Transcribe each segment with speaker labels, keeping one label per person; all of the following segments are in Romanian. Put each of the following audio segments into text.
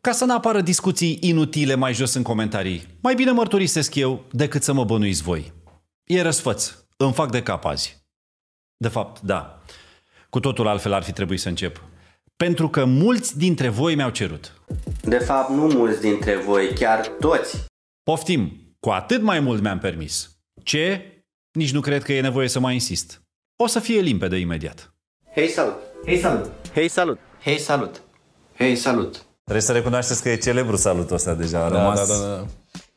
Speaker 1: Ca să nu apară discuții inutile mai jos în comentarii, mai bine mărturisesc eu decât să mă bănuiți voi. E răsfăț, îmi fac de cap azi. De fapt, da. Cu totul altfel ar fi trebuit să încep. Pentru că mulți dintre voi mi-au cerut.
Speaker 2: De fapt, nu mulți dintre voi, chiar toți.
Speaker 1: Poftim, cu atât mai mult mi-am permis. Ce? Nici nu cred că e nevoie să mai insist. O să fie limpede imediat.
Speaker 2: Hei, salut!
Speaker 3: Hei, salut!
Speaker 2: Hei, salut!
Speaker 3: Hei, salut! Hei, salut!
Speaker 4: Trebuie să recunoașteți că e celebru salutul ăsta deja. A
Speaker 5: Da,
Speaker 4: rămas...
Speaker 5: da, da, da.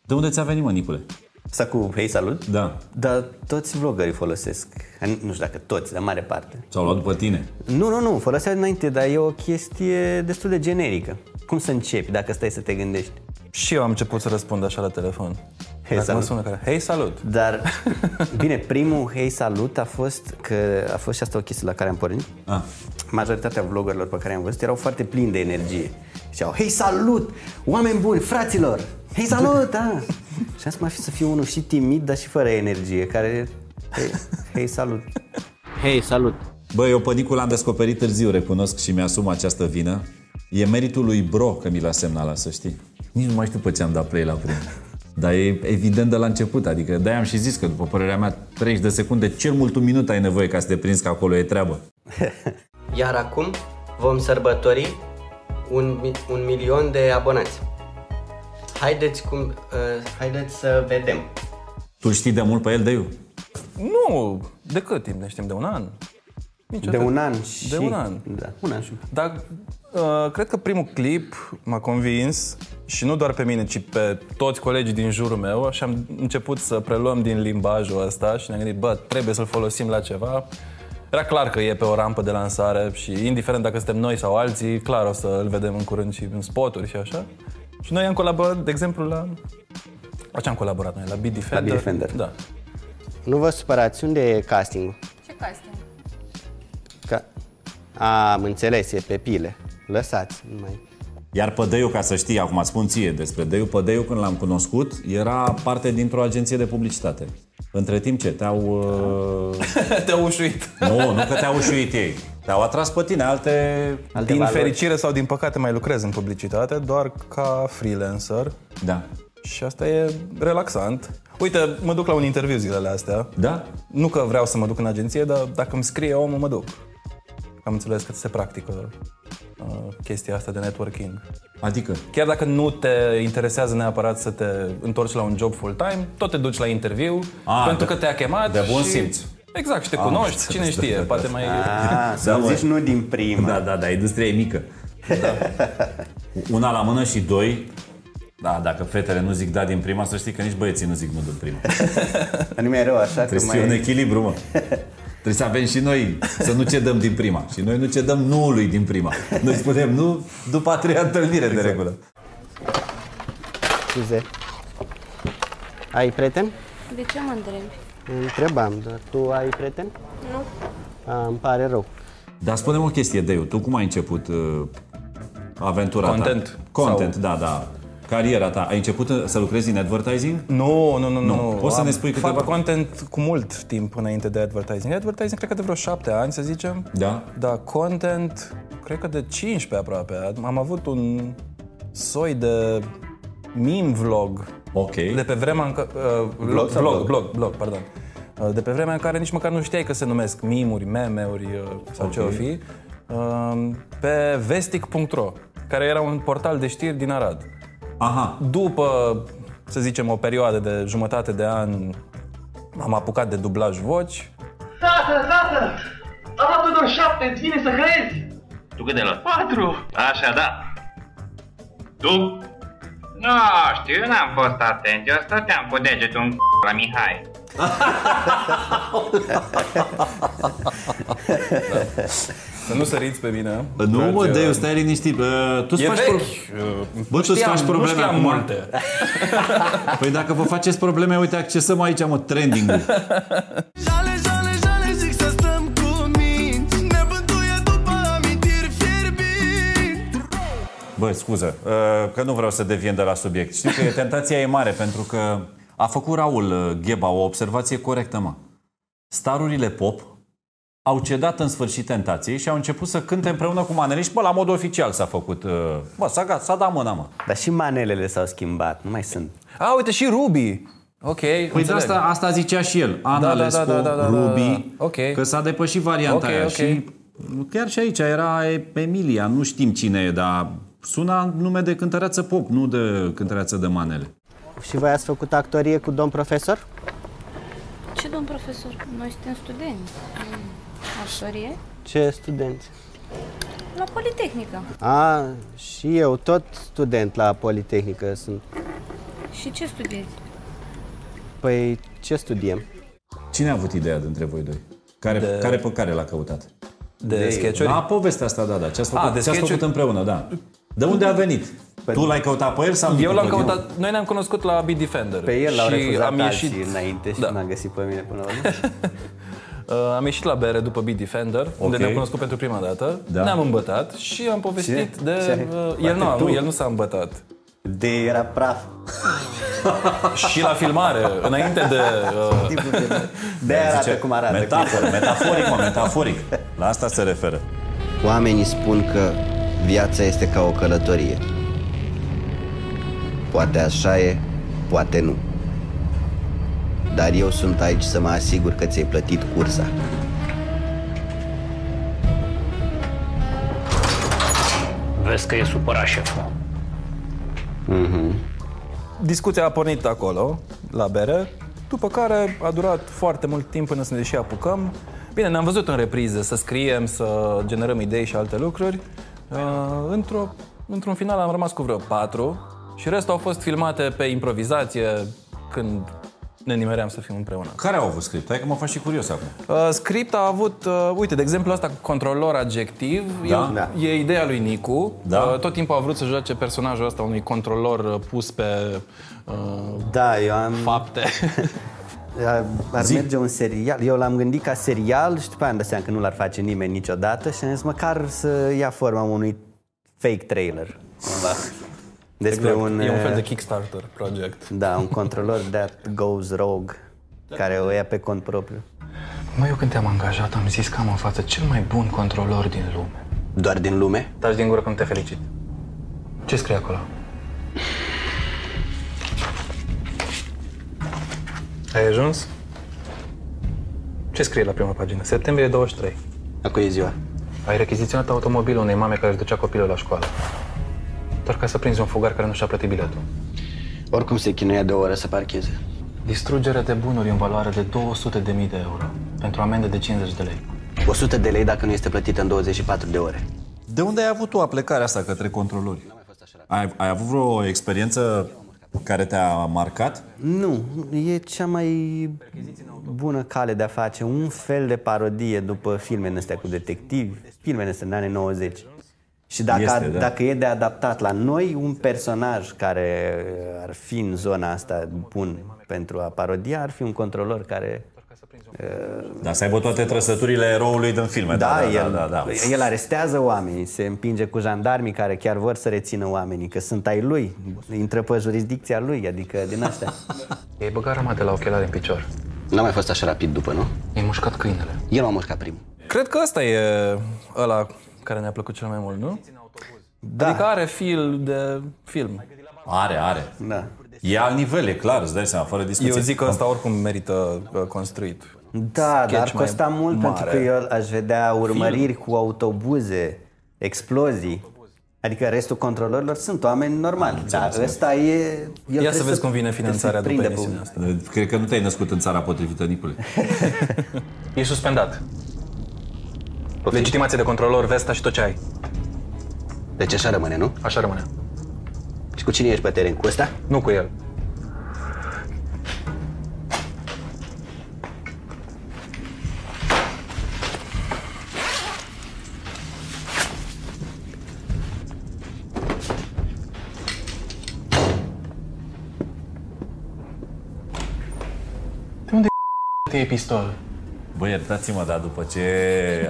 Speaker 4: De unde ți-a venit, mă, Nicule?
Speaker 2: Sta cu hei, salut?
Speaker 4: Da.
Speaker 2: Dar toți vloggerii folosesc. Nu știu dacă toți, dar mare parte.
Speaker 4: Ți-au luat după tine.
Speaker 2: Nu, nu, nu, folosesc înainte, dar e o chestie destul de generică. Cum să începi dacă stai să te gândești?
Speaker 5: Și eu am început să răspund așa la telefon. Hei,
Speaker 2: salut.
Speaker 5: Sună care, Hei, salut!
Speaker 2: Dar, bine, primul hei salut a fost că a fost și asta o chestie la care am pornit.
Speaker 4: Ah.
Speaker 2: Majoritatea vloggerilor pe care am văzut erau foarte plini de energie. Și au, hei salut, oameni buni, fraților! Hei salut, da! Și am zis, mai fi să fiu unul și timid, dar și fără energie, care... Hei, hei salut!
Speaker 3: Hei, salut!
Speaker 4: Bă, eu pe Nicul l-am descoperit târziu, recunosc și mi-asum această vină. E meritul lui Bro că mi l-a semnalat, să știi. Nici nu mai știu pe ce am dat play la primul. Dar e evident de la început, adică de am și zis că, după părerea mea, 30 de secunde, cel mult un minut ai nevoie ca să te prinzi că acolo e treabă.
Speaker 6: Iar acum vom sărbători un, mi- un milion de abonați. Haideți, cum, uh, haideți să vedem.
Speaker 4: Tu știi de mult pe el, de eu?
Speaker 5: Nu! De cât timp ne știm? De un an? Nici
Speaker 2: De
Speaker 5: atât.
Speaker 2: un an și...
Speaker 5: De un an.
Speaker 2: Da, un an și un pic.
Speaker 5: Dar uh, cred că primul clip m-a convins și nu doar pe mine, ci pe toți colegii din jurul meu și am început să preluăm din limbajul ăsta și ne-am gândit, bă, trebuie să-l folosim la ceva. Era clar că e pe o rampă de lansare și indiferent dacă suntem noi sau alții, clar o să îl vedem în curând și în spoturi și așa. Și noi am colaborat, de exemplu, la... La ce am colaborat noi? La Beat Defender?
Speaker 2: Beat Defender.
Speaker 5: Da.
Speaker 2: Nu vă supărați, unde e castingul?
Speaker 7: Ce casting?
Speaker 2: Ca... Am înțeles, e pe pile. Lăsați, nu mai...
Speaker 4: Iar Pădeiu, ca să știi, acum spun ție despre Deiu, Pădeiu când l-am cunoscut era parte dintr-o agenție de publicitate. Între timp ce te-au... Uh...
Speaker 5: Te-a ușuit.
Speaker 4: nu, nu că te-au ușuit ei. Te-au atras pe tine alte...
Speaker 5: din
Speaker 2: valori.
Speaker 5: fericire sau din păcate mai lucrez în publicitate, doar ca freelancer
Speaker 4: Da.
Speaker 5: și asta e relaxant. Uite, mă duc la un interviu zilele astea.
Speaker 4: Da?
Speaker 5: Nu că vreau să mă duc în agenție, dar dacă îmi scrie omul, mă duc. Am înțeles că se practică uh, chestia asta de networking.
Speaker 4: Adică?
Speaker 5: Chiar dacă nu te interesează neapărat să te întorci la un job full-time, tot te duci la interviu
Speaker 4: Ah,
Speaker 5: pentru
Speaker 4: de-
Speaker 5: că te-a chemat
Speaker 4: de bun
Speaker 5: și...
Speaker 4: simț. Ah,
Speaker 5: Exact, și te cunoști, cine știe, poate mai...
Speaker 2: Ah, să
Speaker 4: Da, mă.
Speaker 2: zici nu din prima.
Speaker 4: Da, da, da, industria e mică. Da. Una la mână și doi, da, dacă fetele nu zic da din prima, să știi că nici băieții nu zic nu din prima.
Speaker 2: Dar nu mi-e rău așa că
Speaker 4: Trebuie să fie un
Speaker 2: mai...
Speaker 4: echilibru, mă. Trebuie să avem și noi, să nu cedăm din prima. Și noi nu cedăm nu-ului din prima. Noi spunem nu după a treia întâlnire, exact. de regulă.
Speaker 2: Scuze. Ai prieten?
Speaker 7: De ce mă întrebi?
Speaker 2: Întrebam, dar tu ai prieten?
Speaker 7: Nu.
Speaker 2: A, îmi pare rău.
Speaker 4: Dar spune o chestie, Deiu, tu cum ai început uh, aventura ta?
Speaker 5: Content.
Speaker 4: Content, Sau... da, da. Cariera ta. Ai început uh, să lucrezi în advertising?
Speaker 5: Nu, nu, nu, nu.
Speaker 4: Nu. Poți să ne spui câteva-
Speaker 5: Fac content cu mult timp înainte de advertising. Advertising cred că de vreo șapte ani, să zicem.
Speaker 4: Da.
Speaker 5: Da, content cred că de 15 aproape. Am avut un soi de meme vlog
Speaker 4: Ok.
Speaker 5: de pe vremea în ca, uh,
Speaker 2: Blog sau
Speaker 5: blog,
Speaker 2: blog?
Speaker 5: blog, blog, pardon. Uh, De pe vremea în care nici măcar nu știai că se numesc mimuri, meme-uri uh, sau okay. ce o fi, uh, pe vestic.ro, care era un portal de știri din Arad
Speaker 4: Aha.
Speaker 5: după, să zicem, o perioadă de jumătate de an, am apucat de dublaj voci.
Speaker 8: Tată, tată! Am avut un șapte, îți vine să crezi? Tu cât de la? Patru! Așa, da. Tu?
Speaker 9: Nu, știu, eu n-am fost atent, eu stăteam cu degetul în la Mihai.
Speaker 5: Să nu săriți pe mine.
Speaker 4: Nu, mă,
Speaker 5: Dragi,
Speaker 4: Deiu,
Speaker 5: uh,
Speaker 4: stai liniștit. Uh, tu
Speaker 5: E
Speaker 4: faci
Speaker 5: vechi.
Speaker 4: pro-
Speaker 5: uh,
Speaker 4: Bă, tu-ți
Speaker 5: știam-
Speaker 4: faci probleme
Speaker 5: nu știam
Speaker 4: acum.
Speaker 5: multe.
Speaker 4: Păi dacă vă faceți probleme, uite, accesăm aici, mă, trending-ul.
Speaker 10: Jale, jale, jale, zic să stăm cu minți Ne bântuie după amintiri fierbinți
Speaker 4: Bă, scuză, uh, că nu vreau să deviem de la subiect. Știi că e- tentația e mare, pentru că a făcut Raul uh, Gheba o observație corectă, mă. Starurile pop
Speaker 1: au cedat în sfârșit tentației și au început să cânte împreună cu maneliști. Bă, la mod oficial s-a făcut. uh, Bă, s-a, gat- s-a dat mâna, mă.
Speaker 2: Dar și manelele s-au schimbat, nu mai sunt.
Speaker 5: A, uite și Ruby. Ok,
Speaker 1: Păi de
Speaker 5: înțeleg.
Speaker 1: asta, asta zicea și el. Ana
Speaker 5: da, da,
Speaker 1: Lescu,
Speaker 5: da, da, da, da.
Speaker 1: Ruby,
Speaker 5: Ok.
Speaker 1: că s-a depășit varianta
Speaker 5: Ok,
Speaker 1: aia
Speaker 5: ok.
Speaker 1: și chiar și aici era Emilia, nu știm cine e, dar suna nume de cântăreață pop, nu de cântăreață de manele.
Speaker 2: Și voi ați făcut actorie cu domn profesor?
Speaker 7: Ce, domn profesor? Noi suntem studenți. în Actorie?
Speaker 2: Ce studenți?
Speaker 7: La Politehnică.
Speaker 2: A, și eu tot student la Politehnică sunt.
Speaker 7: Și ce studiezi?
Speaker 2: Păi ce studiem?
Speaker 4: Cine a avut ideea dintre voi doi? Care, de... care pe care l-a căutat?
Speaker 5: De, de sketch-uri?
Speaker 4: Da, povestea asta, da, da. Ce-ați făcut,
Speaker 5: Ah, de
Speaker 4: ce ați făcut
Speaker 5: sketch-uri? Păi,
Speaker 4: împreună, da. De unde a venit? Tu l-ai căutat pe el sau
Speaker 5: Eu
Speaker 4: tu
Speaker 5: l-am
Speaker 4: pe el?
Speaker 5: căutat, noi ne-am cunoscut la Be Defender.
Speaker 2: Pe el l-au
Speaker 5: și
Speaker 2: refuzat
Speaker 5: am
Speaker 2: alții
Speaker 5: ieșit,
Speaker 2: înainte și
Speaker 5: Da.
Speaker 2: m-a găsit pe mine până la urmă.
Speaker 5: uh, am ieșit la bere după Be Defender, unde ne-am cunoscut pentru prima dată.
Speaker 4: Da.
Speaker 5: Ne-am îmbătat și am povestit
Speaker 2: Ce?
Speaker 5: de...
Speaker 2: Ce?
Speaker 5: Uh, el, nu,
Speaker 2: Poate tu.
Speaker 5: nu, el nu s-a îmbătat.
Speaker 2: De era praf.
Speaker 5: și la filmare, înainte de... Uh,
Speaker 2: Tipul de, de arată cum arată.
Speaker 4: Metaforă, metaforic, mă, metaforic. La asta se referă.
Speaker 2: Oamenii spun că viața este ca o călătorie. Poate așa e, poate nu. Dar eu sunt aici să mă asigur că ți-ai plătit cursa.
Speaker 11: Vezi că e supărat șeful.
Speaker 5: discuția a pornit acolo, la bere, după care a durat foarte mult timp până să ne și apucăm. Bine, ne-am văzut în repriză, să scriem, să generăm idei și alte lucruri. Uh, într-o, într-un final am rămas cu vreo patru și restul au fost filmate pe improvizație când ne nimeream să fim împreună.
Speaker 4: Care au avut script? Hai că mă faci și curios acum.
Speaker 5: Uh, script a avut, uh, uite, de exemplu asta cu controlor adjectiv,
Speaker 4: Da.
Speaker 5: e,
Speaker 4: Da.
Speaker 5: e ideea lui Nicu.
Speaker 4: Da.
Speaker 5: Uh, tot timpul a vrut să joace personajul ăsta unui controlor uh, pus pe uh,
Speaker 2: Da, eu am...
Speaker 5: fapte.
Speaker 2: Ar, ar merge un serial. Eu l-am gândit ca serial și după aia am dat seama că nu l-ar face nimeni niciodată și am zis măcar să ia forma unui fake trailer. Cumva. Despre un...
Speaker 5: Da. Exact. E un fel de
Speaker 2: eh,
Speaker 5: Kickstarter project.
Speaker 2: Da, un controlor that goes rogue,
Speaker 5: Da.
Speaker 2: care o ia pe cont propriu.
Speaker 11: Mă, eu când te-am angajat am zis că am în față cel mai bun controlor din lume.
Speaker 2: Doar din lume?
Speaker 11: Taci din gură când te felicit. Ce scrie acolo? Ai ajuns? Ce scrie la prima pagină? Septembrie 23.
Speaker 2: Acum e ziua.
Speaker 11: Ai rechiziționat automobilul unei mame care își ducea copilul la școală. Doar ca să prinzi un fugar care nu și-a plătit biletul.
Speaker 2: Oricum se chinuia de o oră să parcheze.
Speaker 11: Distrugere de bunuri în valoare de 200.000 de euro pentru amendă de 50 de lei.
Speaker 2: 100 de lei dacă nu este plătită în 24 de ore.
Speaker 4: De unde ai avut tu aplecarea asta către controlori? Ai, ai avut vreo experiență care te-a marcat?
Speaker 2: Nu, e cea mai bună cale de a face un fel de parodie după filmele astea cu detectivi, filmele astea din anii 90. Și dacă,
Speaker 4: Este,
Speaker 2: este,
Speaker 4: da.
Speaker 2: da. dacă e de adaptat la noi un personaj care uh, ar fi în zona asta bun pentru a parodia, ar fi un controlor care...
Speaker 4: Da, să aibă toate trăsăturile eroului din filme.
Speaker 2: Da,
Speaker 4: da,
Speaker 2: el,
Speaker 4: da, da, da.
Speaker 2: el arestează oamenii, se împinge cu jandarmii care chiar vor să rețină oamenii, că sunt ai lui, intră pe jurisdicția lui, adică din astea.
Speaker 11: Ei băga rama de la ochelari în picior.
Speaker 2: N-a mai fost așa rapid după, nu?
Speaker 11: I-ai mușcat câinele.
Speaker 2: El m-a mușcat primul.
Speaker 5: Cred că ăsta e ăla care ne-a plăcut cel mai mult, nu? Da. Adică are fil de film.
Speaker 4: Are, are.
Speaker 2: Da.
Speaker 4: E al nivel, e clar, îți dai seama, fără discuție.
Speaker 5: Eu zic că ăsta oricum merită uh, construit.
Speaker 2: Da, dar ar
Speaker 5: mai
Speaker 2: costa mult
Speaker 5: mare.
Speaker 2: pentru că eu aș vedea urmăriri cu autobuze, explozii. Adică restul controlorilor sunt oameni normali, dar ăsta e... el trebuie
Speaker 5: da. să vezi cum vine
Speaker 2: trebuie
Speaker 5: finanțarea
Speaker 2: să-i
Speaker 5: după
Speaker 2: prindă pe
Speaker 5: emisiunea
Speaker 2: unul.
Speaker 4: Eh, Cred că nu te-ai născut în țara potrivită, Nicule.
Speaker 11: E suspendat. Legitimație de controlor, vesta și tot ce ai.
Speaker 2: Deci așa rămâne, nu?
Speaker 11: Așa rămâne.
Speaker 2: Și cu cine ești pe teren? Cu ăsta?
Speaker 11: Nu cu el. De unde te iei pistol?
Speaker 4: Băi, iertați-mă, dar după ce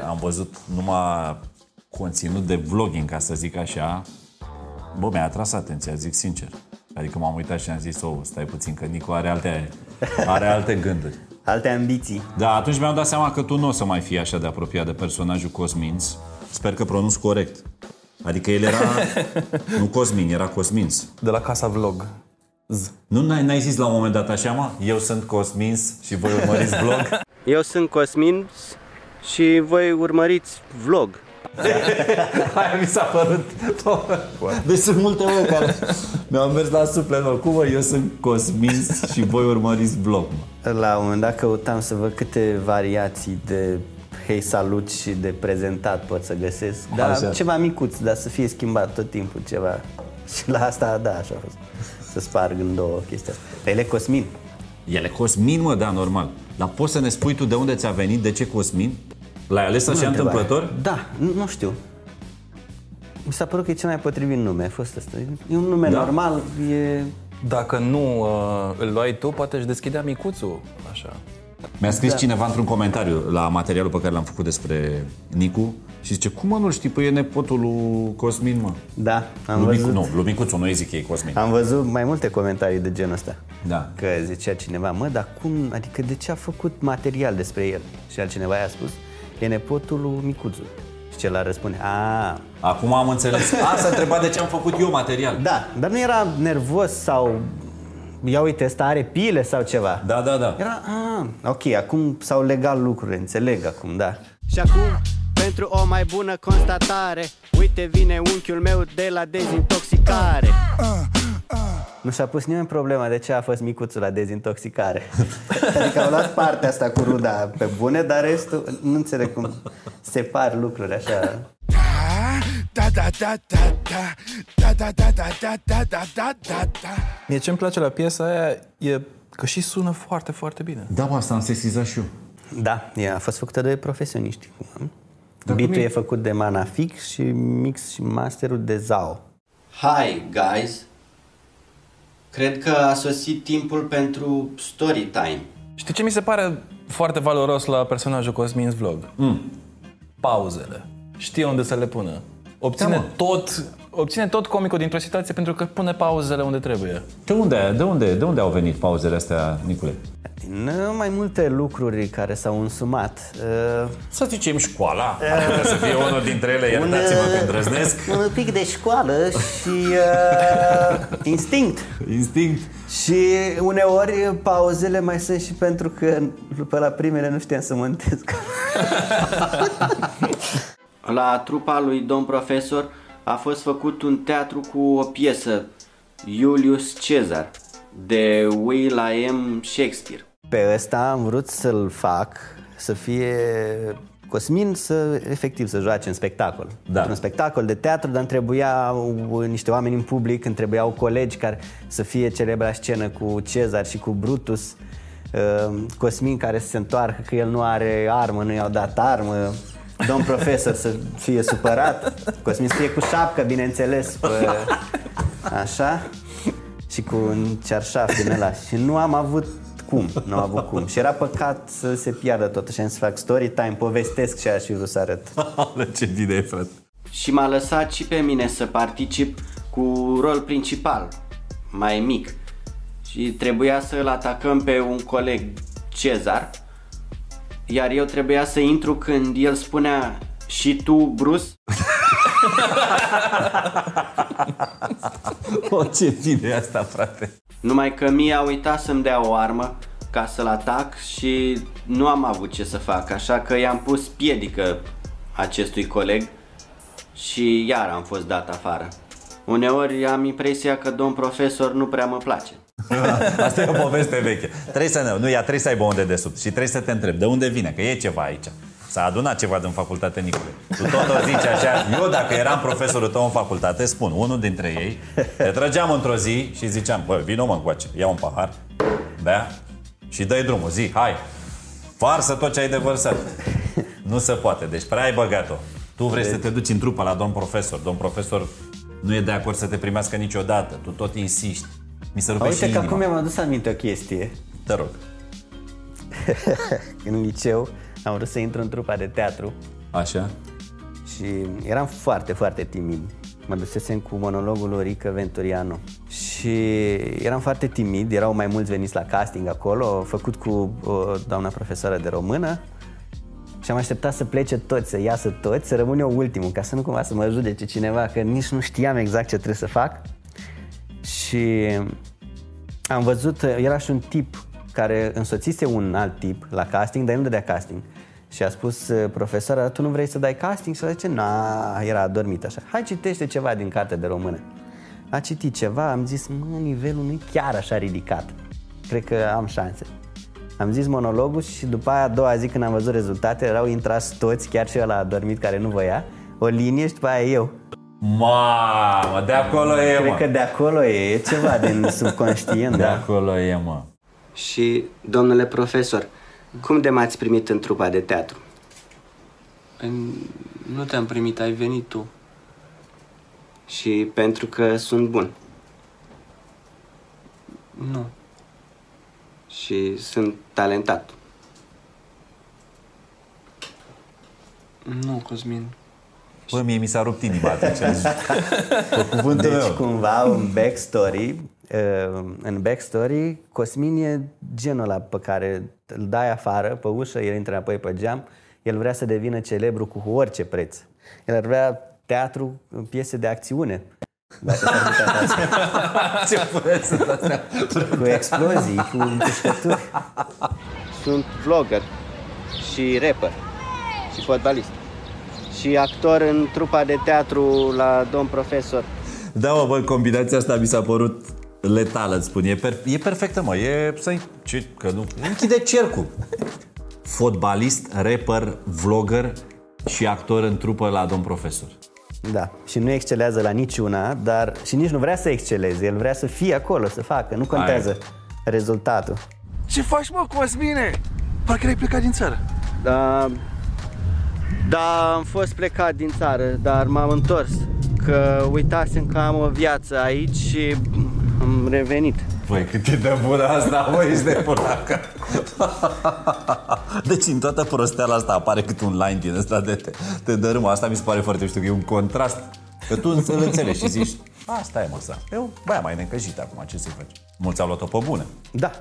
Speaker 4: am văzut numai conținut de vlogging, ca să zic așa, bă, mi-a atras atenția, zic sincer. Adică m-am uitat și am zis, oh, stai puțin, că Nico are alte, are alte gânduri.
Speaker 2: Alte ambiții.
Speaker 4: Da, atunci mi-am dat seama că tu nu o să mai fii așa de apropiat de personajul Cosminț. Sper că pronunț corect. Adică el era... nu Cosmin, era Cosminț.
Speaker 5: De la Casa Vlog. Z.
Speaker 4: Nu n-ai, n-ai zis la un moment dat așa, mă? Eu sunt Cosminț și voi urmăriți vlog?
Speaker 6: Eu sunt Cosmin și voi urmăriți vlog.
Speaker 4: Aia mi s-a părut. Deci sunt multe ori care mi-au mers la suflet. Mă. Cum mă, eu sunt Cosminț și voi urmăriți vlog, mă.
Speaker 2: La un moment dat căutam să văd câte variații de hei salut și de prezentat pot să găsesc. Dar
Speaker 4: Așa.
Speaker 2: ceva micuț, dar să fie schimbat tot timpul ceva. Și la asta, da, așa a fost. Să sparg în două chestia asta. Dar El e Cosmin.
Speaker 4: Ele Cosmin, mă, da, normal. Dar poți să ne spui tu de unde ți-a venit, de ce Cosmin? L-ai ales
Speaker 2: Bună
Speaker 4: așa
Speaker 2: întrebare.
Speaker 4: întâmplător?
Speaker 2: Da, nu, nu știu. Mi s-a părut că e cel mai potrivit nume. A fost asta. E un nume
Speaker 5: Da.
Speaker 2: normal, e...
Speaker 5: Dacă nu uh, îl luai tu, poate își deschidea micuțul, așa.
Speaker 4: Mi-a scris
Speaker 5: Da.
Speaker 4: cineva într-un comentariu la materialul pe care l-am făcut despre Nicu și zice, cum mă nu știi? Păi e nepotul lui Cosmin, mă.
Speaker 2: Da, am
Speaker 4: Lumicu,
Speaker 2: văzut.
Speaker 4: nu, Lumicuțu, nu îi zic ei Cosmin.
Speaker 2: Am văzut mai multe comentarii de genul ăsta.
Speaker 4: Da.
Speaker 2: Că zicea cineva, mă, dar cum, adică de ce a făcut material despre el? Și altcineva i-a spus, e nepotul lui Micuțu. Și celălalt răspunde, a,
Speaker 4: Acum am înțeles. Asta întreba de ce am făcut eu material.
Speaker 2: da, dar nu era nervos sau, ia uite, ăsta are pile sau ceva.
Speaker 4: Da, da, da.
Speaker 2: Era, a, ok, acum s-au legat lucrurile, înțeleg acum, da.
Speaker 6: Și acum, pentru o mai bună constatare, uite vine unchiul meu de la dezintoxicare.
Speaker 2: Nu și-a pus nimeni problema de ce a fost micuțul la dezintoxicare. adică au luat partea asta cu ruda pe bune, dar restul nu înțeleg cum separ lucruri așa.
Speaker 10: Da, da, da, da, da Da, da, da, da, da, da, da, da, da, da
Speaker 5: Mie ce-mi place la piesa aia e că și sună foarte, foarte bine.
Speaker 4: Da, bă, asta am sesizat și eu.
Speaker 2: Da, ea a fost făcută de profesioniști. Bitul e făcut de Manafix și mix și masterul de Zao.
Speaker 6: Hi, guys! Cred că a sosit timpul pentru story time.
Speaker 5: Știi ce mi se pare foarte valoros la personajul Cosmin's Vlog? Mm. Pauzele. Știe unde să le pună. Obține,
Speaker 4: Da, mă.
Speaker 5: tot, obține tot comicul dintr-o situație pentru că pune pauzele unde trebuie.
Speaker 4: De unde, de unde, de unde au venit pauzele astea, Nicule?
Speaker 2: Din uh, mai multe lucruri care s-au însumat. Uh,
Speaker 4: Să zicem școala. Ar putea să fie unul dintre ele,
Speaker 2: un,
Speaker 4: iertați-mă
Speaker 2: uh,
Speaker 4: că îndrăznesc.
Speaker 2: Un pic de școală și uh, instinct.
Speaker 4: Instinct.
Speaker 2: Și uneori pauzele mai sunt și pentru că pe la primele nu știam să mântesc.
Speaker 6: La trupa lui Domn Profesor a fost făcut un teatru cu o piesă, Julius Caesar, de William Shakespeare.
Speaker 2: Pe ăsta am vrut să-l fac să fie Cosmin să efectiv să joace în spectacol. Da. Un spectacol de teatru, dar îmi trebuiau niște oameni în public, îmi trebuiau colegi care să fie celebra scenă cu Cezar și cu Brutus. Uh, Cosmin care se întoarcă că el nu are armă, nu i-au dat armă. Domn profesor să fie supărat. Cosmin să fie cu șapcă, bineînțeles. Pe... Așa și cu un cearșaf din ăla și nu am avut cum, nu am avut cum. Și era păcat să se piardă tot și am să fac story time, povestesc ce aș fi vrut să arăt.
Speaker 4: Ce bine e, frate.
Speaker 6: Și m-a lăsat și pe mine să particip cu rol principal, mai mic. Și trebuia să-l atacăm pe un coleg, Cezar, iar eu trebuia să intru când el spunea și tu, Bruce?
Speaker 4: O, ce bine e asta, frate.
Speaker 6: Numai că mie a uitat să-mi dea o armă ca să-l atac și nu am avut ce să fac, așa că i-am pus piedică acestui coleg și iar am fost dat afară. Uneori am impresia că domn profesor nu prea mă place.
Speaker 4: Asta e o poveste veche. Trebuie să ne, nu, ea trebuie să aibă unde de sub și trebuie să te întreb de unde vine, că e ceva aici. S-a adunat ceva din facultate, Nicule. Tu tot o zici așa, eu dacă eram profesorul tău în facultate, spun, unul dintre ei, te trăgeam într-o zi și ziceam, bă, vino mă încoace, ia un pahar, bea și dai drumul, zi, hai, farsă tot ce ai de vărsat. Nu se poate, deci prea ai băgat-o. Tu vrei să te duci în trupă la domn profesor. Domn profesor nu e de acord să te primească niciodată. Tu tot insisti. Mi se rupe Păi și
Speaker 2: Uite că
Speaker 4: inima.
Speaker 2: acum mi-am adus aminte o chestie.
Speaker 4: Te rog.
Speaker 2: în liceu am vrut să intru în trupa de teatru
Speaker 4: Așa?
Speaker 2: și eram foarte, foarte timid. Mă dusesem cu monologul lui Rică Venturiano și Și eram foarte timid, erau mai mulți veniți la casting acolo, făcut cu o doamna profesoară de română. Și am așteptat să plece toți, să iasă toți, să rămân eu ultimul, ca să nu cumva să mă judece cineva, că nici nu știam exact ce trebuie să fac. Și am văzut, era și un tip care însoțise un alt tip la casting, dar el nu dădea casting. Și a spus profesoara, tu nu vrei să dai casting? Și a zice, na, era adormit așa. Hai citește ceva din carte de română. A citit ceva, am zis, mă, nivelul nu e chiar așa ridicat. Cred că am șanse. Am zis monologul și după aia a doua zi când am văzut rezultate, erau intrați toți, chiar și ăla adormit care nu voia, o linie și după aia eu.
Speaker 4: Mamă, de acolo e,
Speaker 2: Cred
Speaker 4: mă.
Speaker 2: că de acolo e, e ceva din subconștient,
Speaker 4: De
Speaker 2: da.
Speaker 4: acolo e, mă.
Speaker 3: Și, domnule profesor, cum de m-ați primit în trupa de teatru?
Speaker 12: Nu te-am primit, ai venit tu.
Speaker 3: Și pentru că sunt bun.
Speaker 12: Nu.
Speaker 3: Și sunt talentat.
Speaker 12: Nu, Cosmin.
Speaker 4: Bă, Păi, mie mi s-a rupt inima atunci.
Speaker 2: Cuvântul deci, cumva, în backstory, uh, în backstory, Cosmin e genul ăla pe care îl dai afară pe ușă, el intră înapoi pe geam, el vrea să devină celebru cu orice preț. El ar vrea teatru, piese de acțiune. Dacă s-ar putea face.
Speaker 4: Ce puteți să dați seama?
Speaker 2: Cu explozii, cu împușcături.
Speaker 6: Sunt vlogger și rapper și fotbalist și actor în trupa de teatru la domn profesor.
Speaker 4: Da, mă, bă, combinația asta mi s-a părut letală, îți spun. E, per- e perfectă, mă. E să ce, că nu. Închide cercul. Fotbalist, rapper, vlogger și actor în trupă la domn profesor.
Speaker 2: Da, și nu excelează la niciuna, dar și nici nu vrea să exceleze, el vrea să fie acolo, să facă, nu contează
Speaker 4: Aia
Speaker 2: rezultatul.
Speaker 12: Ce faci, mă, Cosmine? Parcă ai plecat din țară.
Speaker 6: Da, da, am fost plecat din țară, dar m-am întors. Că uitasem că am o viață aici și am revenit.
Speaker 4: Păi cât e de bună asta, mă, ești de bună Deci în toată prosteala asta apare cât un line din ăsta de te, te dărâmă. Asta mi se pare foarte știu, că e un contrast. Că tu îl înțelegi și zici, asta e măsa. Eu, băia, mai necăjit acum, ce să-i faci? Mulți au luat-o pe bună.
Speaker 2: Da.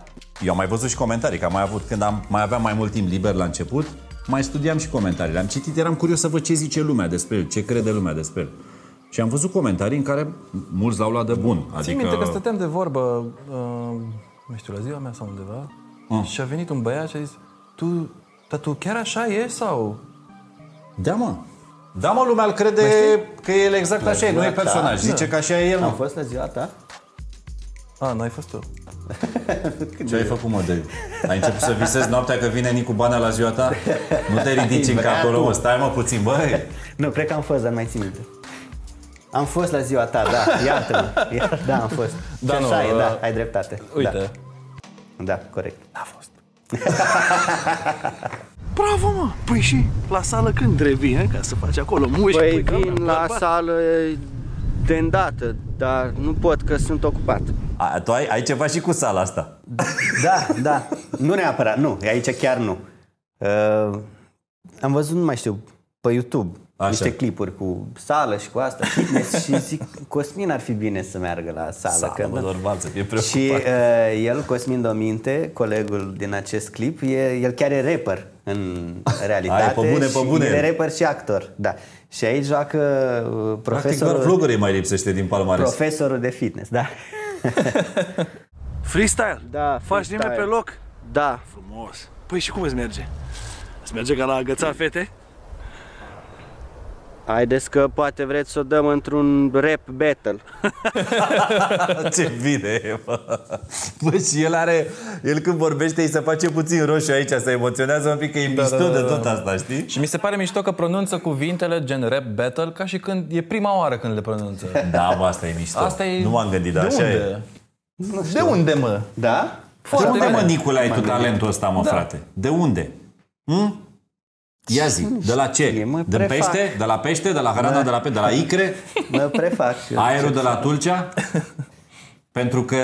Speaker 4: Eu am mai văzut și comentarii, că am mai avut, când am, mai aveam mai mult timp liber la început, mai studiam și comentariile. Am citit, eram curios să văd ce zice lumea despre el, ce crede lumea despre el. Și am văzut comentarii în care mulți l-au luat de bun. Adică...
Speaker 5: Țin minte că stăteam de vorbă, uh, nu știu, la ziua mea sau undeva,
Speaker 4: Mm.
Speaker 5: și a venit un băiat și a zis, tu, dar tu chiar așa ești sau?
Speaker 4: Da, mă. Da, mă, lumea îl crede că el exact da.
Speaker 5: La
Speaker 4: așa e, nu
Speaker 5: ziua
Speaker 4: e personaj.
Speaker 5: ta?
Speaker 4: Zice că așa e el,
Speaker 2: Am
Speaker 4: mă.
Speaker 2: fost la ziua ta?
Speaker 5: A, n-ai fost tu.
Speaker 4: Ce ai făcut, mă, de? Ai început să visezi noaptea că vine Nicu Bana la ziua ta? Nu te ridici
Speaker 2: Ai
Speaker 4: încă
Speaker 2: vrea
Speaker 4: acolo,
Speaker 2: tu.
Speaker 4: mă, stai mă puțin, băi.
Speaker 2: Nu, cred că am fost, dar nu mai țin minte. Am fost la ziua ta, da, iată Da, am fost.
Speaker 5: Da,
Speaker 2: Și
Speaker 5: nu,
Speaker 2: așa e,
Speaker 5: uh,
Speaker 2: da, ai dreptate.
Speaker 5: Uite.
Speaker 2: Da, da corect. A fost.
Speaker 12: Bravo, mă! Păi și la sală când revii, eh? ca să faci acolo mușchi?
Speaker 6: Păi
Speaker 12: pui camera,
Speaker 6: vin la
Speaker 12: barbat.
Speaker 6: sală de îndată, dar nu pot că sunt ocupat.
Speaker 4: A, tu ai, ai ceva și cu sala asta.
Speaker 2: Da, da. Nu neapărat, nu. Aici chiar nu. Uh, am văzut, nu mai știu, pe YouTube Așa. niște clipuri cu sală și cu asta, fitness și zic, Cosmin ar fi bine să meargă la sală.
Speaker 4: Sală,
Speaker 2: că,
Speaker 4: bă,
Speaker 2: nu-
Speaker 4: normal, să fie preocupat.
Speaker 2: Și uh, el, Cosmin Dominte, colegul din acest clip, e, el chiar e rapper în realitate.
Speaker 4: Hai, pe bune, pe
Speaker 2: și
Speaker 4: bune.
Speaker 2: El e rapper și actor, da. Și aici joacă uh,
Speaker 4: Practic doar
Speaker 2: profesorul,
Speaker 4: vlogării mai lipsește din palmares.
Speaker 2: profesorul de fitness, da.
Speaker 12: Freestyle?
Speaker 6: Da,
Speaker 12: Faci
Speaker 6: freestyle.
Speaker 12: nimic pe loc?
Speaker 6: Da.
Speaker 12: Frumos. Păi și cum îți merge? Îți merge ca la agăța fete?
Speaker 6: Haideți că poate vreți să o dăm într-un rap battle.
Speaker 4: Ce bine e, bă. bă. și el are, el când vorbește îi se face puțin roșu aici, se emoționează un pic că e mișto de tot asta, știi?
Speaker 5: Și mi se pare mișto că pronunță cuvintele gen rap battle ca și când e prima oară când le pronunță.
Speaker 4: Da, bă, asta e mișto.
Speaker 5: Asta e...
Speaker 4: Nu m-am gândit, dar
Speaker 5: de
Speaker 4: așa
Speaker 5: unde?
Speaker 4: e.
Speaker 5: De unde, mă?
Speaker 2: Da?
Speaker 4: de unde, Păi, mă,
Speaker 5: bine.
Speaker 4: Nicule, ai
Speaker 5: M-am
Speaker 4: tu
Speaker 5: gândit.
Speaker 4: talentul ăsta, mă,
Speaker 5: Da.
Speaker 4: frate? De unde? Hm? Ia zi, de la ce? De
Speaker 2: prefac.
Speaker 4: pește? De la pește? De la hrana? De la pe? De la icre?
Speaker 2: Mă prefac.
Speaker 4: Aerul de la Tulcea? Pentru că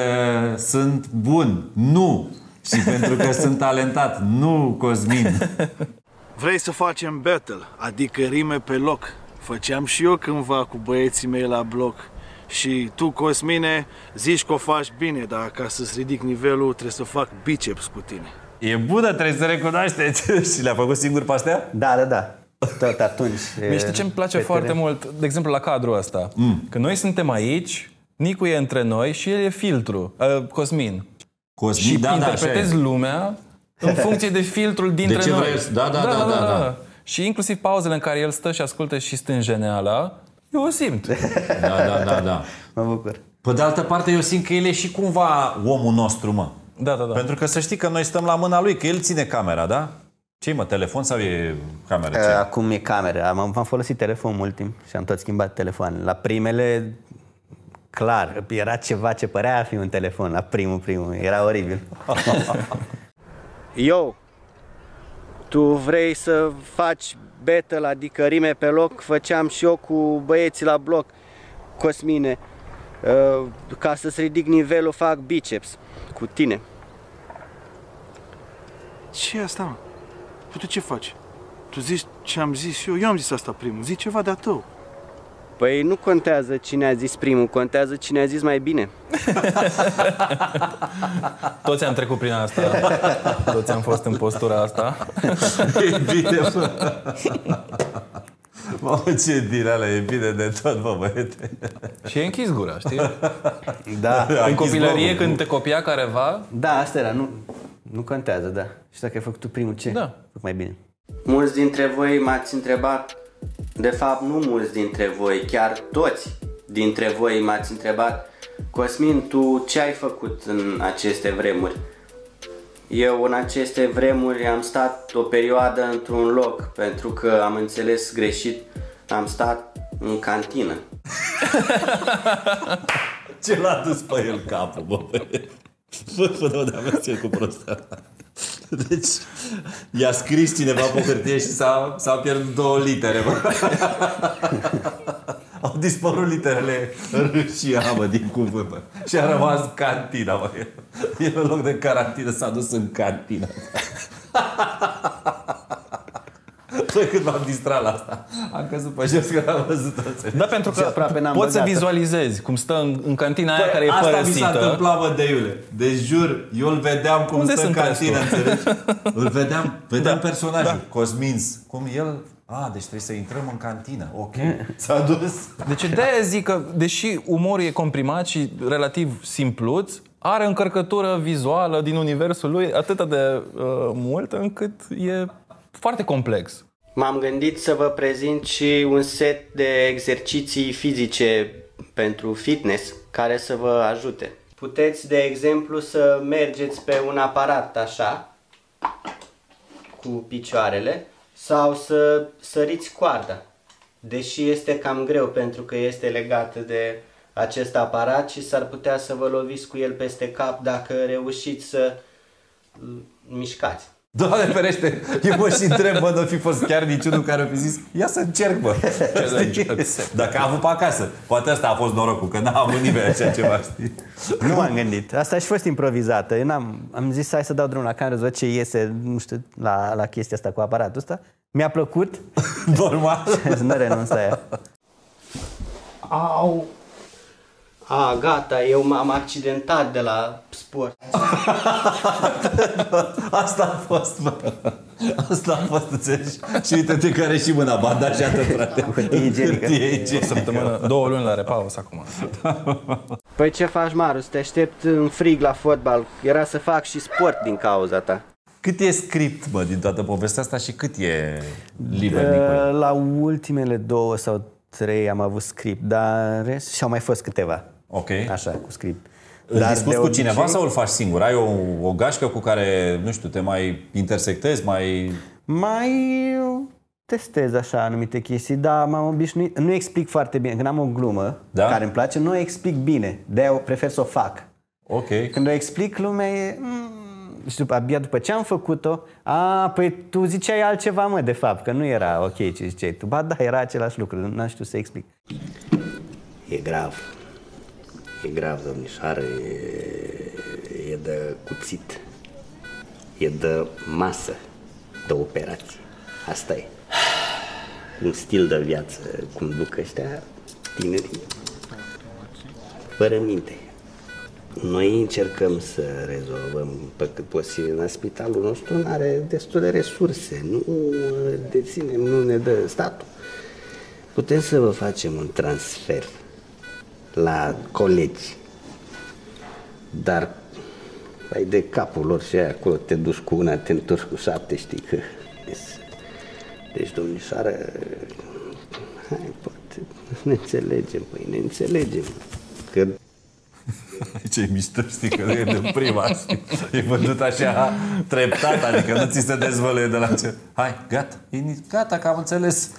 Speaker 4: sunt bun. Nu! Și pentru că sunt talentat. Nu, Cosmin.
Speaker 12: Vrei să facem battle, adică rime pe loc. Făceam și eu cândva cu băieții mei la bloc. Și tu, Cosmine, zici că o faci bine, dar ca să-ți ridic nivelul trebuie să fac biceps cu tine.
Speaker 4: E bună, trebuie să recunoașteți. și le-a făcut singur pe astea?
Speaker 2: Da, da, da. Tot atunci.
Speaker 5: Mie știi ce îmi place
Speaker 2: pe
Speaker 5: foarte
Speaker 2: teren.
Speaker 5: mult, de exemplu, la cadrul ăsta? Mm. Că noi suntem aici, Nicu e între noi și el e filtru, uh, Cosmin.
Speaker 4: Cosmin,
Speaker 5: și
Speaker 4: da, da,
Speaker 5: interpretezi
Speaker 4: așa e.
Speaker 5: lumea în funcție de filtrul dintre
Speaker 4: De ce
Speaker 5: noi.
Speaker 4: vrei să- da, da, da, da, da.
Speaker 5: Și inclusiv pauzele în care el stă și ascultă și stânjeneala, eu o simt.
Speaker 4: Da, da, da, da.
Speaker 2: Mă bucur.
Speaker 4: Pe de altă parte, eu simt că el e și cumva omul nostru, mă.
Speaker 5: Da, da, da.
Speaker 4: Pentru că să știi că noi stăm la mâna lui, că el ține camera, da? ce mă, telefon sau e cameră?
Speaker 2: Uh,
Speaker 4: Ce?
Speaker 2: Acum e camera. Am, am folosit telefon mult timp și am tot schimbat telefoanele. La primele, clar, era ceva ce părea a fi un telefon. La primul, primul. Era oribil.
Speaker 3: Eu, tu vrei să faci battle, adică rime pe loc, făceam și eu cu băieții la bloc, Cosmine. Uh, Ca să-ți ridic nivelul, fac biceps cu tine.
Speaker 12: ce e asta, mă? Păi tu ce faci? Tu zici ce am zis eu? Eu am zis asta primul. Zici ceva de-a tău.
Speaker 3: Păi nu contează cine a zis primul, contează cine a zis mai bine.
Speaker 5: Toți am trecut prin asta. Toți am fost în postura asta.
Speaker 4: E bine, mă. Mamă, ce din alea, e bine de tot, bă, băiete.
Speaker 5: Și e închis gura, știi?
Speaker 2: Da.
Speaker 5: În copilărie, când te copia careva,
Speaker 2: Da, asta era. Nu, nu contează, da. Și dacă ai făcut tu primul, ce? Da. Făc mai bine.
Speaker 6: Mulți dintre voi m-ați întrebat, de fapt nu mulți dintre voi, chiar toți dintre voi m-ați întrebat, Cosmin, tu ce ai făcut în aceste vremuri? Eu în aceste vremuri am stat o perioadă într-un loc, pentru că am înțeles greșit, am stat în cantină.
Speaker 4: Ce l-a dus pe el capul, bă, băiete? Bă, până unde aveți el cu prostea. Deci, i-a scris cineva pe hârtie și s-a, s-a pierdut două litere, bă. Au dispărut literele R și A, bă, din cuvânt, bă. Și a rămas cantina, bă. El în loc de carantină s-a dus în cantină. Bă, cât m-am distrat la asta. Am căzut pe jos că l-am văzut toți.
Speaker 5: Da, pentru că poți să vizualizezi cum stă în, în cantina aia
Speaker 4: Păi,
Speaker 5: care e
Speaker 4: asta
Speaker 5: părăsită.
Speaker 4: mi s-a întâmplat, mă, de iule. De jur, eu îl vedeam cum
Speaker 5: Unde
Speaker 4: stă în
Speaker 5: sunt
Speaker 4: cantină,
Speaker 5: restul?
Speaker 4: înțelegi? Îl vedeam, vedeam da. personajul, da. Cosmins. Cum el... A, deci trebuie să intrăm în cantină. Ok.
Speaker 5: Mm.
Speaker 4: S-a dus.
Speaker 5: Deci de aia zic că, deși umorul e comprimat și relativ simpluț, are încărcătură vizuală din universul lui atât de uh, mult încât e foarte complex.
Speaker 6: M-am gândit să vă prezint și un set de exerciții fizice pentru fitness care să vă ajute. Puteți, de exemplu, să mergeți pe un aparat așa, cu picioarele, sau să săriți coarda, deși este cam greu pentru că este legată de acest aparat și s-ar putea să vă loviți cu el peste cap dacă reușiți să l- mișcați.
Speaker 4: Doamne ferește, eu mă și întreb, bă, nu fi fost chiar niciunul care a fi zis, ia să încerc, bă. Știi? Dacă a avut pe acasă. Poate asta a fost norocul, că n-a avut nimeni așa ceva, știi?
Speaker 2: Nu m-am gândit. Asta a și fost improvizată. Eu n-am, am zis hai să dau drumul la cameră, să văd ce iese, nu știu, la, la chestia asta cu aparatul ăsta. Mi-a plăcut.
Speaker 4: Normal.
Speaker 2: nu renunț la ea.
Speaker 6: Au! A, gata, eu m-am accidentat de la sport.
Speaker 4: Asta a fost, bă. Asta a fost, înțelegi? Și uite-te care și mâna bandajată, frate. Hârtie
Speaker 2: igienică.
Speaker 4: igienică.
Speaker 5: O săptămână, Uh, două luni la repaus acum.
Speaker 6: Păi ce faci, Marus? Te aștept în frig la fotbal. Era să fac și sport din cauza ta.
Speaker 4: Cât e script, bă, din toată povestea asta și cât e liber,
Speaker 2: Uh,
Speaker 4: Nicolae?
Speaker 2: La ultimele două sau trei am avut script, dar în rest și au mai fost câteva.
Speaker 4: Ok.
Speaker 2: Așa, cu script.
Speaker 4: Îl
Speaker 2: Dar
Speaker 4: discuți
Speaker 2: de
Speaker 4: cu cineva
Speaker 2: obicei-
Speaker 4: sau îl faci singur? Ai o, o gașcă cu care, nu știu, te mai intersectezi, mai...
Speaker 2: Mai testez așa anumite chestii, dar m-am obișnuit, nu explic foarte bine. Când am o glumă da? care îmi place, nu o explic bine. De-aia o prefer să o fac.
Speaker 4: Ok.
Speaker 2: Când o explic, lumea e... "Mm." Și după, abia după ce am făcut-o, a, păi tu ziceai altceva, mă, de fapt, că nu era ok ce ziceai tu. Ba da, era același lucru, n-am știut să explic.
Speaker 13: E grav. E grav, domnișoară. E, e de cuțit. E de masă. De operație. Asta e. Un stil de viață, cum duc ăștia tinerii. fără minte. Noi încercăm să rezolvăm pe cât posibil, dar spitalul nostru nu are destule resurse, nu îl deținem, nu ne dă statul. Putem să vă facem un transfer la colegi, dar ai de capul lor și aia acolo te duci cu una, te întorci cu șapte, știi că... Deci, domnișoară, hai, poate ne înțelegem, păi ne înțelegem. Că
Speaker 4: Ce mișto, știi, că e de prima, știi? E vândut așa treptat, adică nu ți se dezvăluie de la început. Hai, gata, e ni- gata, că am înțeles.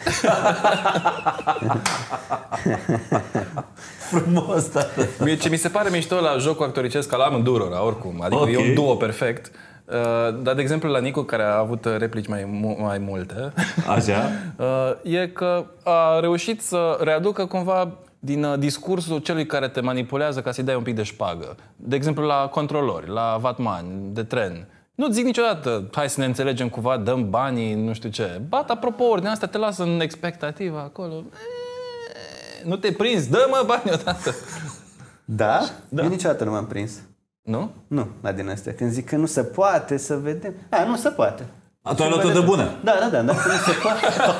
Speaker 4: Frumos, tată.
Speaker 5: Mie ce mi se pare mișto la jocul actoricesc, că l-am în durora, oricum. Adică
Speaker 4: Ok.
Speaker 5: okay. e un duo perfect. Uh, dar, de exemplu, la Nicu, care a avut uh, replici mai, mu- mai multe,
Speaker 4: Așa.
Speaker 5: uh, e că a reușit să readucă cumva din uh, discursul celui care te manipulează ca să-i dai un pic de șpagă. De exemplu, la controlori, la vatmani, de tren. Nu zic niciodată, hai să ne înțelegem cumva, dăm banii, nu știu ce. Bat, apropo, ordinea asta te lasă în expectativa acolo. Eh, Nu te prinzi, dă-mă bani odată.
Speaker 2: Da? da? Eu niciodată nu m-am prins.
Speaker 5: Nu?
Speaker 2: Nu, la din astea. Când zic că nu se poate, să vedem. A, nu se poate.
Speaker 4: A, tu ai luat-o de bună.
Speaker 2: Da, da, da, dacă nu se poate.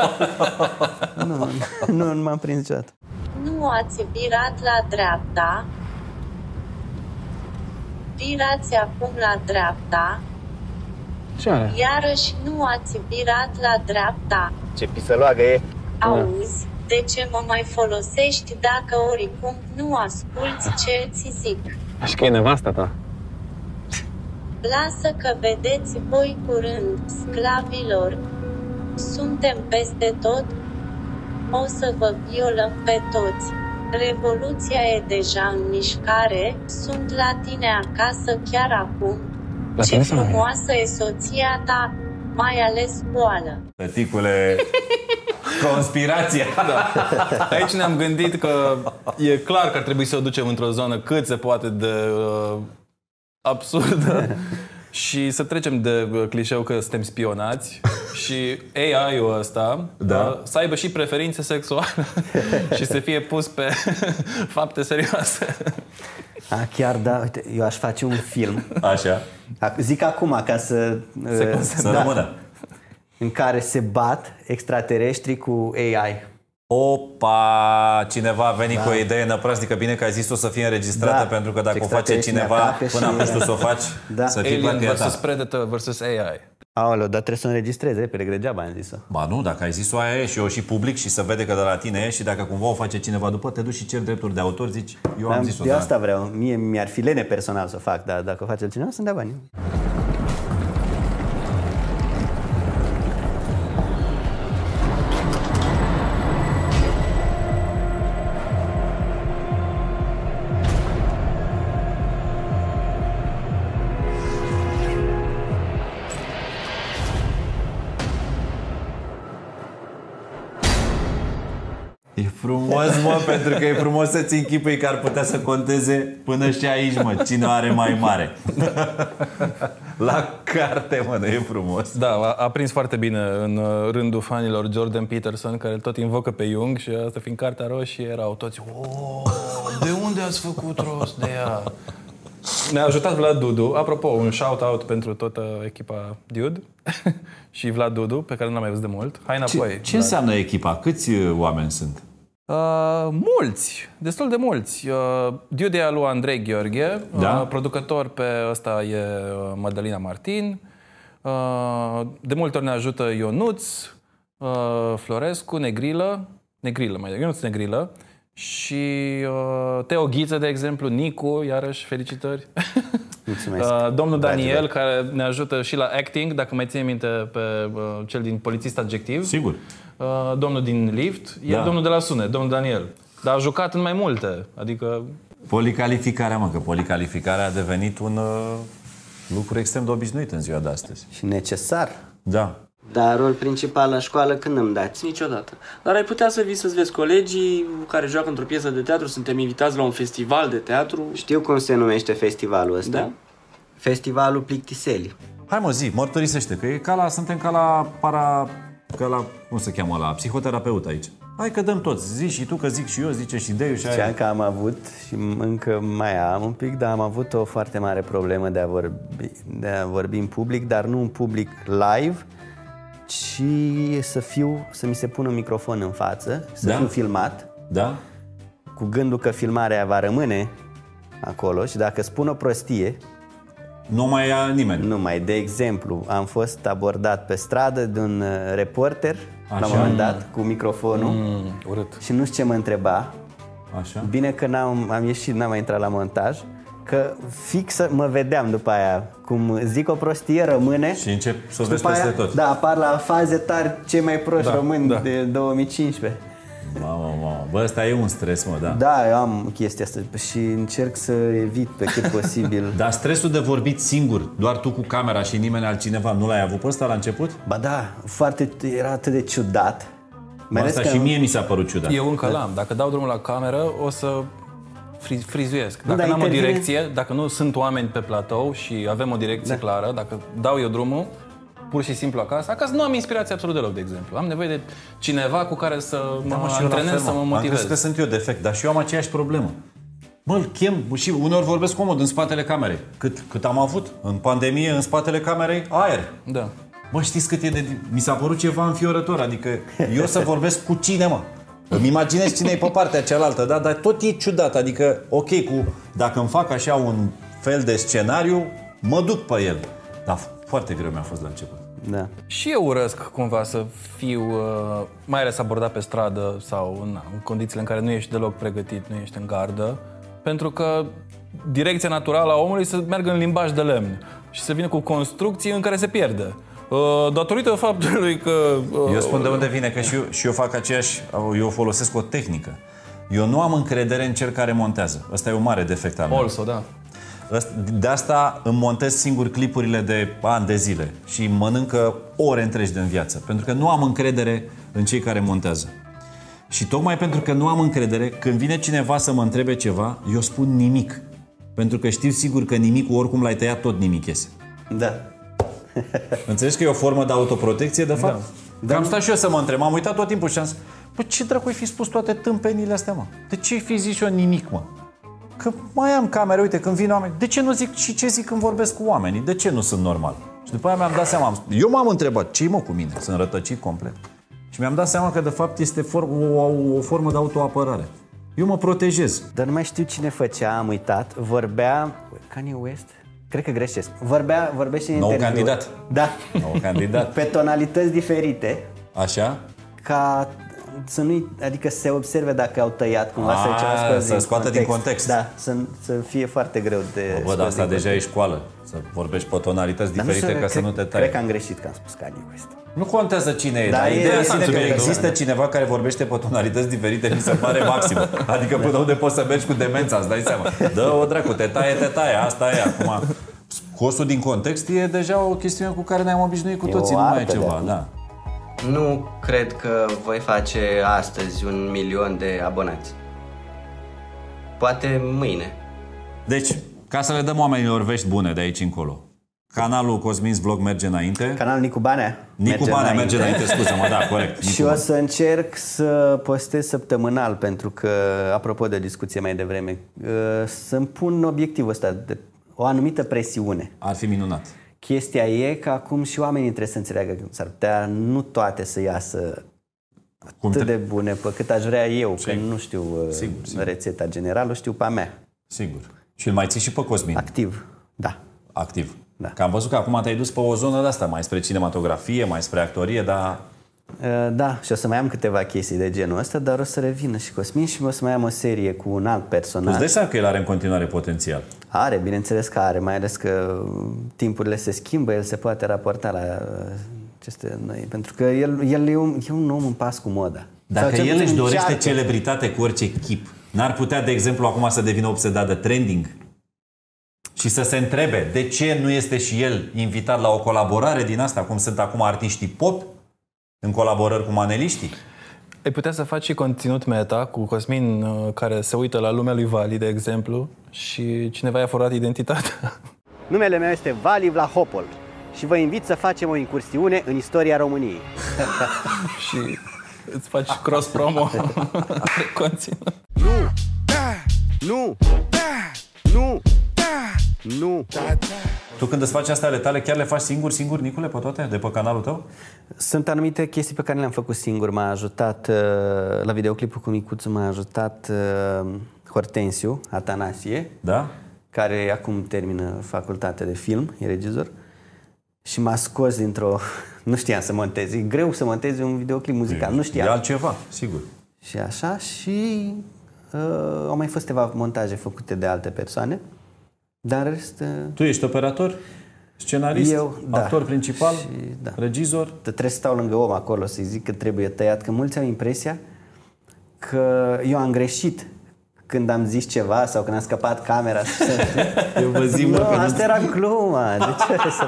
Speaker 2: nu, nu, nu m-am prins niciodată.
Speaker 14: Nu ați virat la dreapta. Virați acum la dreapta.
Speaker 10: Ce are?
Speaker 14: Iarăși nu ați virat la dreapta.
Speaker 10: Ce pisăloagă e.
Speaker 14: Auzi, de ce mă mai folosești dacă oricum nu asculți ce ți zic?
Speaker 11: Așa că e nevasta ta.
Speaker 14: Lasă că vedeți voi curând, sclavilor. Suntem peste tot. O să vă violăm pe toți. Revoluția e deja în mișcare, sunt la tine acasă chiar acum.
Speaker 4: La
Speaker 14: Ce
Speaker 4: tine sau la mine?
Speaker 14: frumoasă e soția ta, mai ales boală.
Speaker 4: Tăticule, conspirația.
Speaker 5: Da. Aici ne-am gândit că e clar că ar trebui să o ducem într-o zonă cât se poate de uh, absurdă și să trecem de uh, clișeu că suntem spionați și AI-ul ăsta
Speaker 4: Da.
Speaker 5: uh, să aibă și preferințe sexuale și să fie pus pe fapte serioase.
Speaker 2: A, chiar da, uite, eu aș face un film.
Speaker 4: Așa.
Speaker 2: Zic acum ca să...
Speaker 4: Se
Speaker 2: uh,
Speaker 4: concentre. Să rămână.
Speaker 2: În care se bat extraterestri cu AI.
Speaker 4: Opa, cineva a venit
Speaker 2: Da.
Speaker 4: da. cu o idee năprasnică, bine că ai zis-o să fie înregistrată,
Speaker 2: Da.
Speaker 4: da. pentru că dacă o face
Speaker 2: Extraterestrii ne
Speaker 4: cineva,
Speaker 2: atacă și-
Speaker 4: până atunci tu să o faci,
Speaker 2: Da.
Speaker 4: să fii
Speaker 5: Alien
Speaker 4: partea
Speaker 5: vs.
Speaker 4: ta.
Speaker 5: Predator vs. AI.
Speaker 2: Aoleu, dar trebuie să o înregistrez repede, că degeaba am zis-o.
Speaker 4: da. Ba nu, dacă ai zis-o aia e și eu și public și să vede că de la tine e și dacă cumva o face cineva după, te duci și ceri drepturi de autor, zici, eu am zis-o.
Speaker 2: de
Speaker 4: da.
Speaker 2: asta vreau. Mie mi-ar fi lene personal să o fac, dar dacă o face cineva, să-mi dea bani.
Speaker 4: E frumos, mă, pentru că e frumos să-ți închipui că ar putea să conteze până și aici, mă, cine o are mai mare. La carte, mă, nu e frumos.
Speaker 5: Da, a, a prins foarte bine în uh, rândul fanilor Jordan Peterson, care tot invocă pe Jung și asta fiind cartea roșie, erau toți "O, de unde ați făcut rost de ea? Ne-a ajutat Vlad Dudu. Apropo, un shout-out pentru toată echipa Dude și Vlad Dudu, pe care nu l-am mai văzut de mult. Hai
Speaker 4: Ce,
Speaker 5: înapoi.
Speaker 4: ce înseamnă echipa? Câți uh, oameni sunt?
Speaker 5: Uh, mulți, destul de mulți. Uh, Dude e al lui Andrei Gheorghe,
Speaker 4: Da.
Speaker 5: uh, producător pe ăsta e uh, Madalina Martin. Uh, de multe ori ne ajută Ionuț, uh, Florescu, Negrilă, Negrilă mai degrabă, Ionuț Negrilă și uh, Teo Ghiță, de exemplu, Nicu, iarăși, felicitări.
Speaker 2: Mulțumesc.
Speaker 5: Uh, domnul Daniel, care ne ajută și la acting, dacă mai ține minte pe uh, cel din Polițist Adjectiv.
Speaker 4: Sigur.
Speaker 5: Uh, domnul din Lift, e
Speaker 4: Da.
Speaker 5: domnul de la Sune, domnul Daniel. Dar a jucat în mai multe, adică...
Speaker 4: Policalificarea, mă, că policalificarea a devenit un uh, lucru extrem de obișnuit în ziua de astăzi.
Speaker 2: Și necesar.
Speaker 4: Da.
Speaker 6: Dar rol principal la școală când îmi dați?
Speaker 15: Niciodată. Dar ai putea să vii să-ți vezi colegii care joacă într-o piesă de teatru, suntem invitați la un festival de teatru.
Speaker 6: Știu cum se numește festivalul ăsta.
Speaker 15: Da.
Speaker 6: Festivalul Plictiseli.
Speaker 4: Hai mă, zi, mărturisește, că e ca la, suntem ca la para... Ca la, cum se cheamă la psihoterapeut aici. Hai că dăm toți. Zici și tu că zic și eu, zice și Deiu și
Speaker 2: Știam
Speaker 4: aia.
Speaker 2: că am avut și încă mai am un pic, dar am avut o foarte mare problemă de a vorbi, de a vorbi în public, dar nu în public live, ci să fiu, să mi se pună un microfon în față, să
Speaker 1: Da.
Speaker 2: fiu filmat.
Speaker 1: Da?
Speaker 2: Cu gândul că filmarea va rămâne acolo și dacă spun o prostie,
Speaker 1: nu mai ia nimeni.
Speaker 2: Nu mai. De exemplu, am fost abordat pe stradă de un uh, reporter Așa. la un
Speaker 1: Așa.
Speaker 2: moment dat cu microfonul
Speaker 1: Mm,
Speaker 2: urât. și nu știu ce mă întreba.
Speaker 1: Așa.
Speaker 2: Bine că n-am, am ieșit, n-am mai intrat la montaj, că fix mă vedeam după aia. Cum zic o prostie, rămâne.
Speaker 1: Și încep să o
Speaker 2: și
Speaker 1: vezi
Speaker 2: după
Speaker 1: peste
Speaker 2: aia,
Speaker 1: tot.
Speaker 2: Da, apar la faze tari cei mai proști
Speaker 1: Da,
Speaker 2: da, români
Speaker 1: da.
Speaker 2: da. de 2015.
Speaker 1: Mamă, mamă. Bă, ăsta e un stres, mă, da.
Speaker 2: Da, eu am chestia asta și încerc să evit pe cât posibil.
Speaker 1: Dar stresul de vorbit singur, doar tu cu camera și nimeni altcineva, nu l-ai avut pe ăsta la început?
Speaker 2: Ba da, foarte, era atât de ciudat.
Speaker 1: Mai asta și mie mi s-a părut ciudat.
Speaker 5: Eu încă l-am. Dacă dau drumul la cameră, o să fri- frizuiesc.
Speaker 2: Nu,
Speaker 1: Da,
Speaker 5: Dacă
Speaker 2: dar
Speaker 5: n-am o
Speaker 2: intervine-
Speaker 5: direcție, dacă nu sunt oameni pe platou și avem o direcție da. clară, dacă dau eu drumul, pur și simplu acasă. Acasă nu am inspirație absolut deloc, de exemplu. Am nevoie de cineva cu care să mă
Speaker 1: Da, și eu la fel,
Speaker 5: antrenez, să mă
Speaker 1: Am crezut că
Speaker 5: motivez.
Speaker 1: sunt eu defect, dar și eu am aceeași problemă. Bă, îl chem și uneori vorbesc comod în spatele camerei. Cât, cât am avut în pandemie, în spatele camerei, aer.
Speaker 5: Da.
Speaker 1: Bă, știți cât e de... Mi s-a părut ceva înfiorător, adică eu să vorbesc cu cine, mă? Îmi imaginez cine e pe partea cealaltă, da? Dar tot e ciudat, adică, ok, cu, dacă îmi fac așa un fel de scenariu, mă duc pe el. Dar foarte greu mi-a fost la început.
Speaker 2: Da.
Speaker 5: Și eu urăsc cumva să fiu, uh, mai ales abordat pe stradă sau na, în condițiile în care nu ești deloc pregătit, nu ești în gardă, pentru că direcția naturală a omului să meargă în limbaj de lemn și să vină cu construcții în care se pierde. Uh, Datorită faptului că... uh,
Speaker 1: Eu spun de unde vine, că și eu, și eu fac aceeași, eu folosesc o tehnică. Eu nu am încredere în cel care montează. Asta e un mare defect al meu.
Speaker 5: Also, da.
Speaker 1: Ăst- De asta îmi montez singur clipurile de ani de zile și îmi mănâncă ore întregi din viață, pentru că nu am încredere în cei care montează. Și tocmai pentru că nu am încredere, când vine cineva să mă întrebe ceva, eu spun nimic. Pentru că știu sigur că nimicul oricum l-ai tăiat, tot nimic iese.
Speaker 2: Da.
Speaker 1: Înțelegi că e o formă de autoprotecție, de fapt? Da. Că am stat și eu să mă întreb, am uitat tot timpul și am zis, bă, ce dracu fi spus toate tâmpenile astea, mă? De ce fi zis eu nimic, mă? Că mai am camere, uite, când vin oameni, de ce nu zic și ce zic când vorbesc cu oamenii? De ce nu sunt normal? Și după aia mi-am dat seama, am- eu m-am întrebat, ce mă cu mine? Sunt rătăcit complet. Și mi-am dat seama că, de fapt, este for- o, o formă de autoapărare. Eu mă protejez.
Speaker 2: Dar nu mai știu cine făcea, am uitat. Vorbea... Kanye West? Cred că greșesc. Vorbea, vorbește în
Speaker 1: Nou
Speaker 2: interviu.
Speaker 1: candidat.
Speaker 2: Da.
Speaker 1: Nou candidat.
Speaker 2: Pe tonalități diferite,
Speaker 1: Așa?
Speaker 2: ca să nu adică să se observe dacă au tăiat cumva
Speaker 1: A,
Speaker 2: să ceva scos
Speaker 1: Ah, să scoată din context.
Speaker 2: Da, să, să fie foarte greu de
Speaker 1: Bă,
Speaker 2: scos
Speaker 1: dar asta
Speaker 2: din
Speaker 1: deja e școală. Să vorbești pe tonalități
Speaker 2: Dar
Speaker 1: diferite
Speaker 2: știu,
Speaker 1: ca să
Speaker 2: cred-
Speaker 1: nu te tai.
Speaker 2: Cred că am greșit că am spus Kanye West.
Speaker 1: Nu contează cine e,
Speaker 2: Da,
Speaker 1: dar,
Speaker 2: e-
Speaker 1: ideea
Speaker 2: e
Speaker 1: este că
Speaker 2: subiectul.
Speaker 1: există cineva care vorbește pe tonalități diferite, mi se pare maxim. Adică până unde poți să mergi cu demența, îți dai seama. Dă o dracu, te taie, te taie, asta e acum. Scosul din context e deja o chestiune cu care ne-am obișnuit cu
Speaker 4: E
Speaker 1: toții,
Speaker 4: o
Speaker 1: nu mai e
Speaker 4: artă,
Speaker 1: ceva,
Speaker 4: de-a-
Speaker 1: da.
Speaker 13: Nu cred că voi face astăzi un milion de abonați. Poate mâine.
Speaker 1: Deci, ca să le dăm oamenilor vești bune de aici încolo. Canalul Cosmin's Vlog merge înainte.
Speaker 2: Canalul Nicu Banea.
Speaker 1: Nicu
Speaker 2: merge
Speaker 1: Banea merge
Speaker 2: înainte.
Speaker 1: înainte, scuze-mă, da, corect.
Speaker 2: Și o să încerc să postez săptămânal, pentru că, apropo de o discuție mai devreme, uh, să-mi pun obiectivul ăsta de o anumită presiune.
Speaker 1: Ar fi minunat.
Speaker 2: Chestia e că acum și oamenii trebuie să înțeleagă că s-ar putea nu toate să iasă
Speaker 1: Cum
Speaker 2: atât
Speaker 1: te-
Speaker 2: de bune pe cât aș vrea eu, că nu știu uh,
Speaker 1: Sigur, sigur.
Speaker 2: rețeta generală, o știu pe a mea.
Speaker 1: Sigur. Și îl mai ții și pe Cosmin.
Speaker 2: Activ, da.
Speaker 1: Activ. Da. Că am văzut că acum te-ai dus pe o zonă de asta, mai spre cinematografie, mai spre actorie, dar
Speaker 2: Uh, Da, și o să mai am câteva chestii de genul ăsta, dar o să revină și Cosmin și o să mai am o serie cu un alt
Speaker 1: tu
Speaker 2: personaj.
Speaker 1: îți dai seama că el are în continuare potențial.
Speaker 2: Are, bineînțeles că are, mai ales că uh, timpurile se schimbă, el se poate raporta la uh, aceste noi, pentru că el, el e, un, e un om în pas cu moda.
Speaker 1: Dacă
Speaker 2: Sau cel
Speaker 1: el
Speaker 2: puțin
Speaker 1: își dorește
Speaker 2: încearcă.
Speaker 1: celebritate cu orice chip, n-ar putea, de exemplu, acum să devină obsedat de trending și să se întrebe de ce nu este și el invitat la o colaborare din asta, cum sunt acum artiștii pop în colaborări cu maneliștii.
Speaker 5: Ai putea să faci și conținut meta cu Cosmin uh, care se uită la lumea lui Vali, de exemplu, și cineva i-a furat identitatea.
Speaker 16: Numele meu este Vali Vlahopol și vă invit să facem o incursiune în istoria României.
Speaker 5: și Îți faci cross-promo. Conținut.
Speaker 10: Nu, da, nu, da, nu, da,
Speaker 1: Nu. Tu când îți faci astea ale tale, chiar le faci singur, singur, Nicule, pe toate? De pe canalul tău?
Speaker 2: Sunt anumite chestii pe care le-am făcut singur. M-a ajutat uh, la videoclipul cu Micuțu, m-a ajutat uh, Hortensiu Atanasie,
Speaker 1: da?
Speaker 2: care acum termină facultatea de film, e regizor, și m-a scos dintr-o... Nu știam să montez, e greu să montezi un videoclip muzical, nu știam.
Speaker 1: E altceva, sigur.
Speaker 2: Și așa și uh, au mai fost ceva montaje făcute de alte persoane, dar în rest... Uh,
Speaker 4: Tu ești operator, scenarist,
Speaker 2: Eu, da.
Speaker 4: actor principal.
Speaker 2: și, da. regizor. Trebuie să stau lângă om acolo să-i zic că trebuie tăiat, că mulți au impresia că eu am greșit când am zis ceva sau când a scăpat camera. eu
Speaker 4: vă zic, mă,
Speaker 2: nu,
Speaker 4: că nu-
Speaker 2: asta era gluma. deci- De ce să...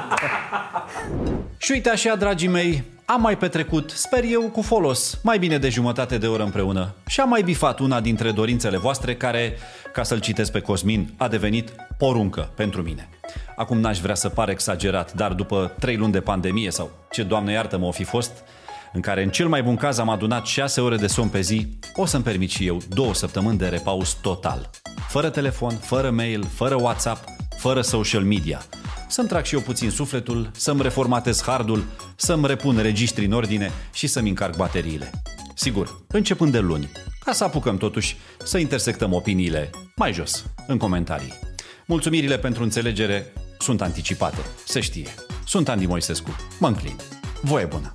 Speaker 1: Și uite așa, dragii mei, am mai petrecut, sper eu, cu folos, mai bine de jumătate de oră împreună și am mai bifat una dintre dorințele voastre care, ca să-l citesc pe Cosmin, a devenit poruncă pentru mine. Acum n-aș vrea să par exagerat, dar după trei luni de pandemie sau ce, doamne iartă, mă o fi fost, în care în cel mai bun caz am adunat 6 ore de somn pe zi, o să-mi permit și eu două săptămâni de repaus total. Fără telefon, fără mail, fără WhatsApp, fără social media. Să-mi trag și eu puțin sufletul, să-mi reformatez hardul, să-mi repun registrii în ordine și să-mi încarc bateriile. Sigur, începând de luni, ca să apucăm totuși să intersectăm opiniile mai jos, în comentarii. Mulțumirile pentru înțelegere sunt anticipate, se știe. Sunt Andy Moisescu, mă înclin. Voie bună!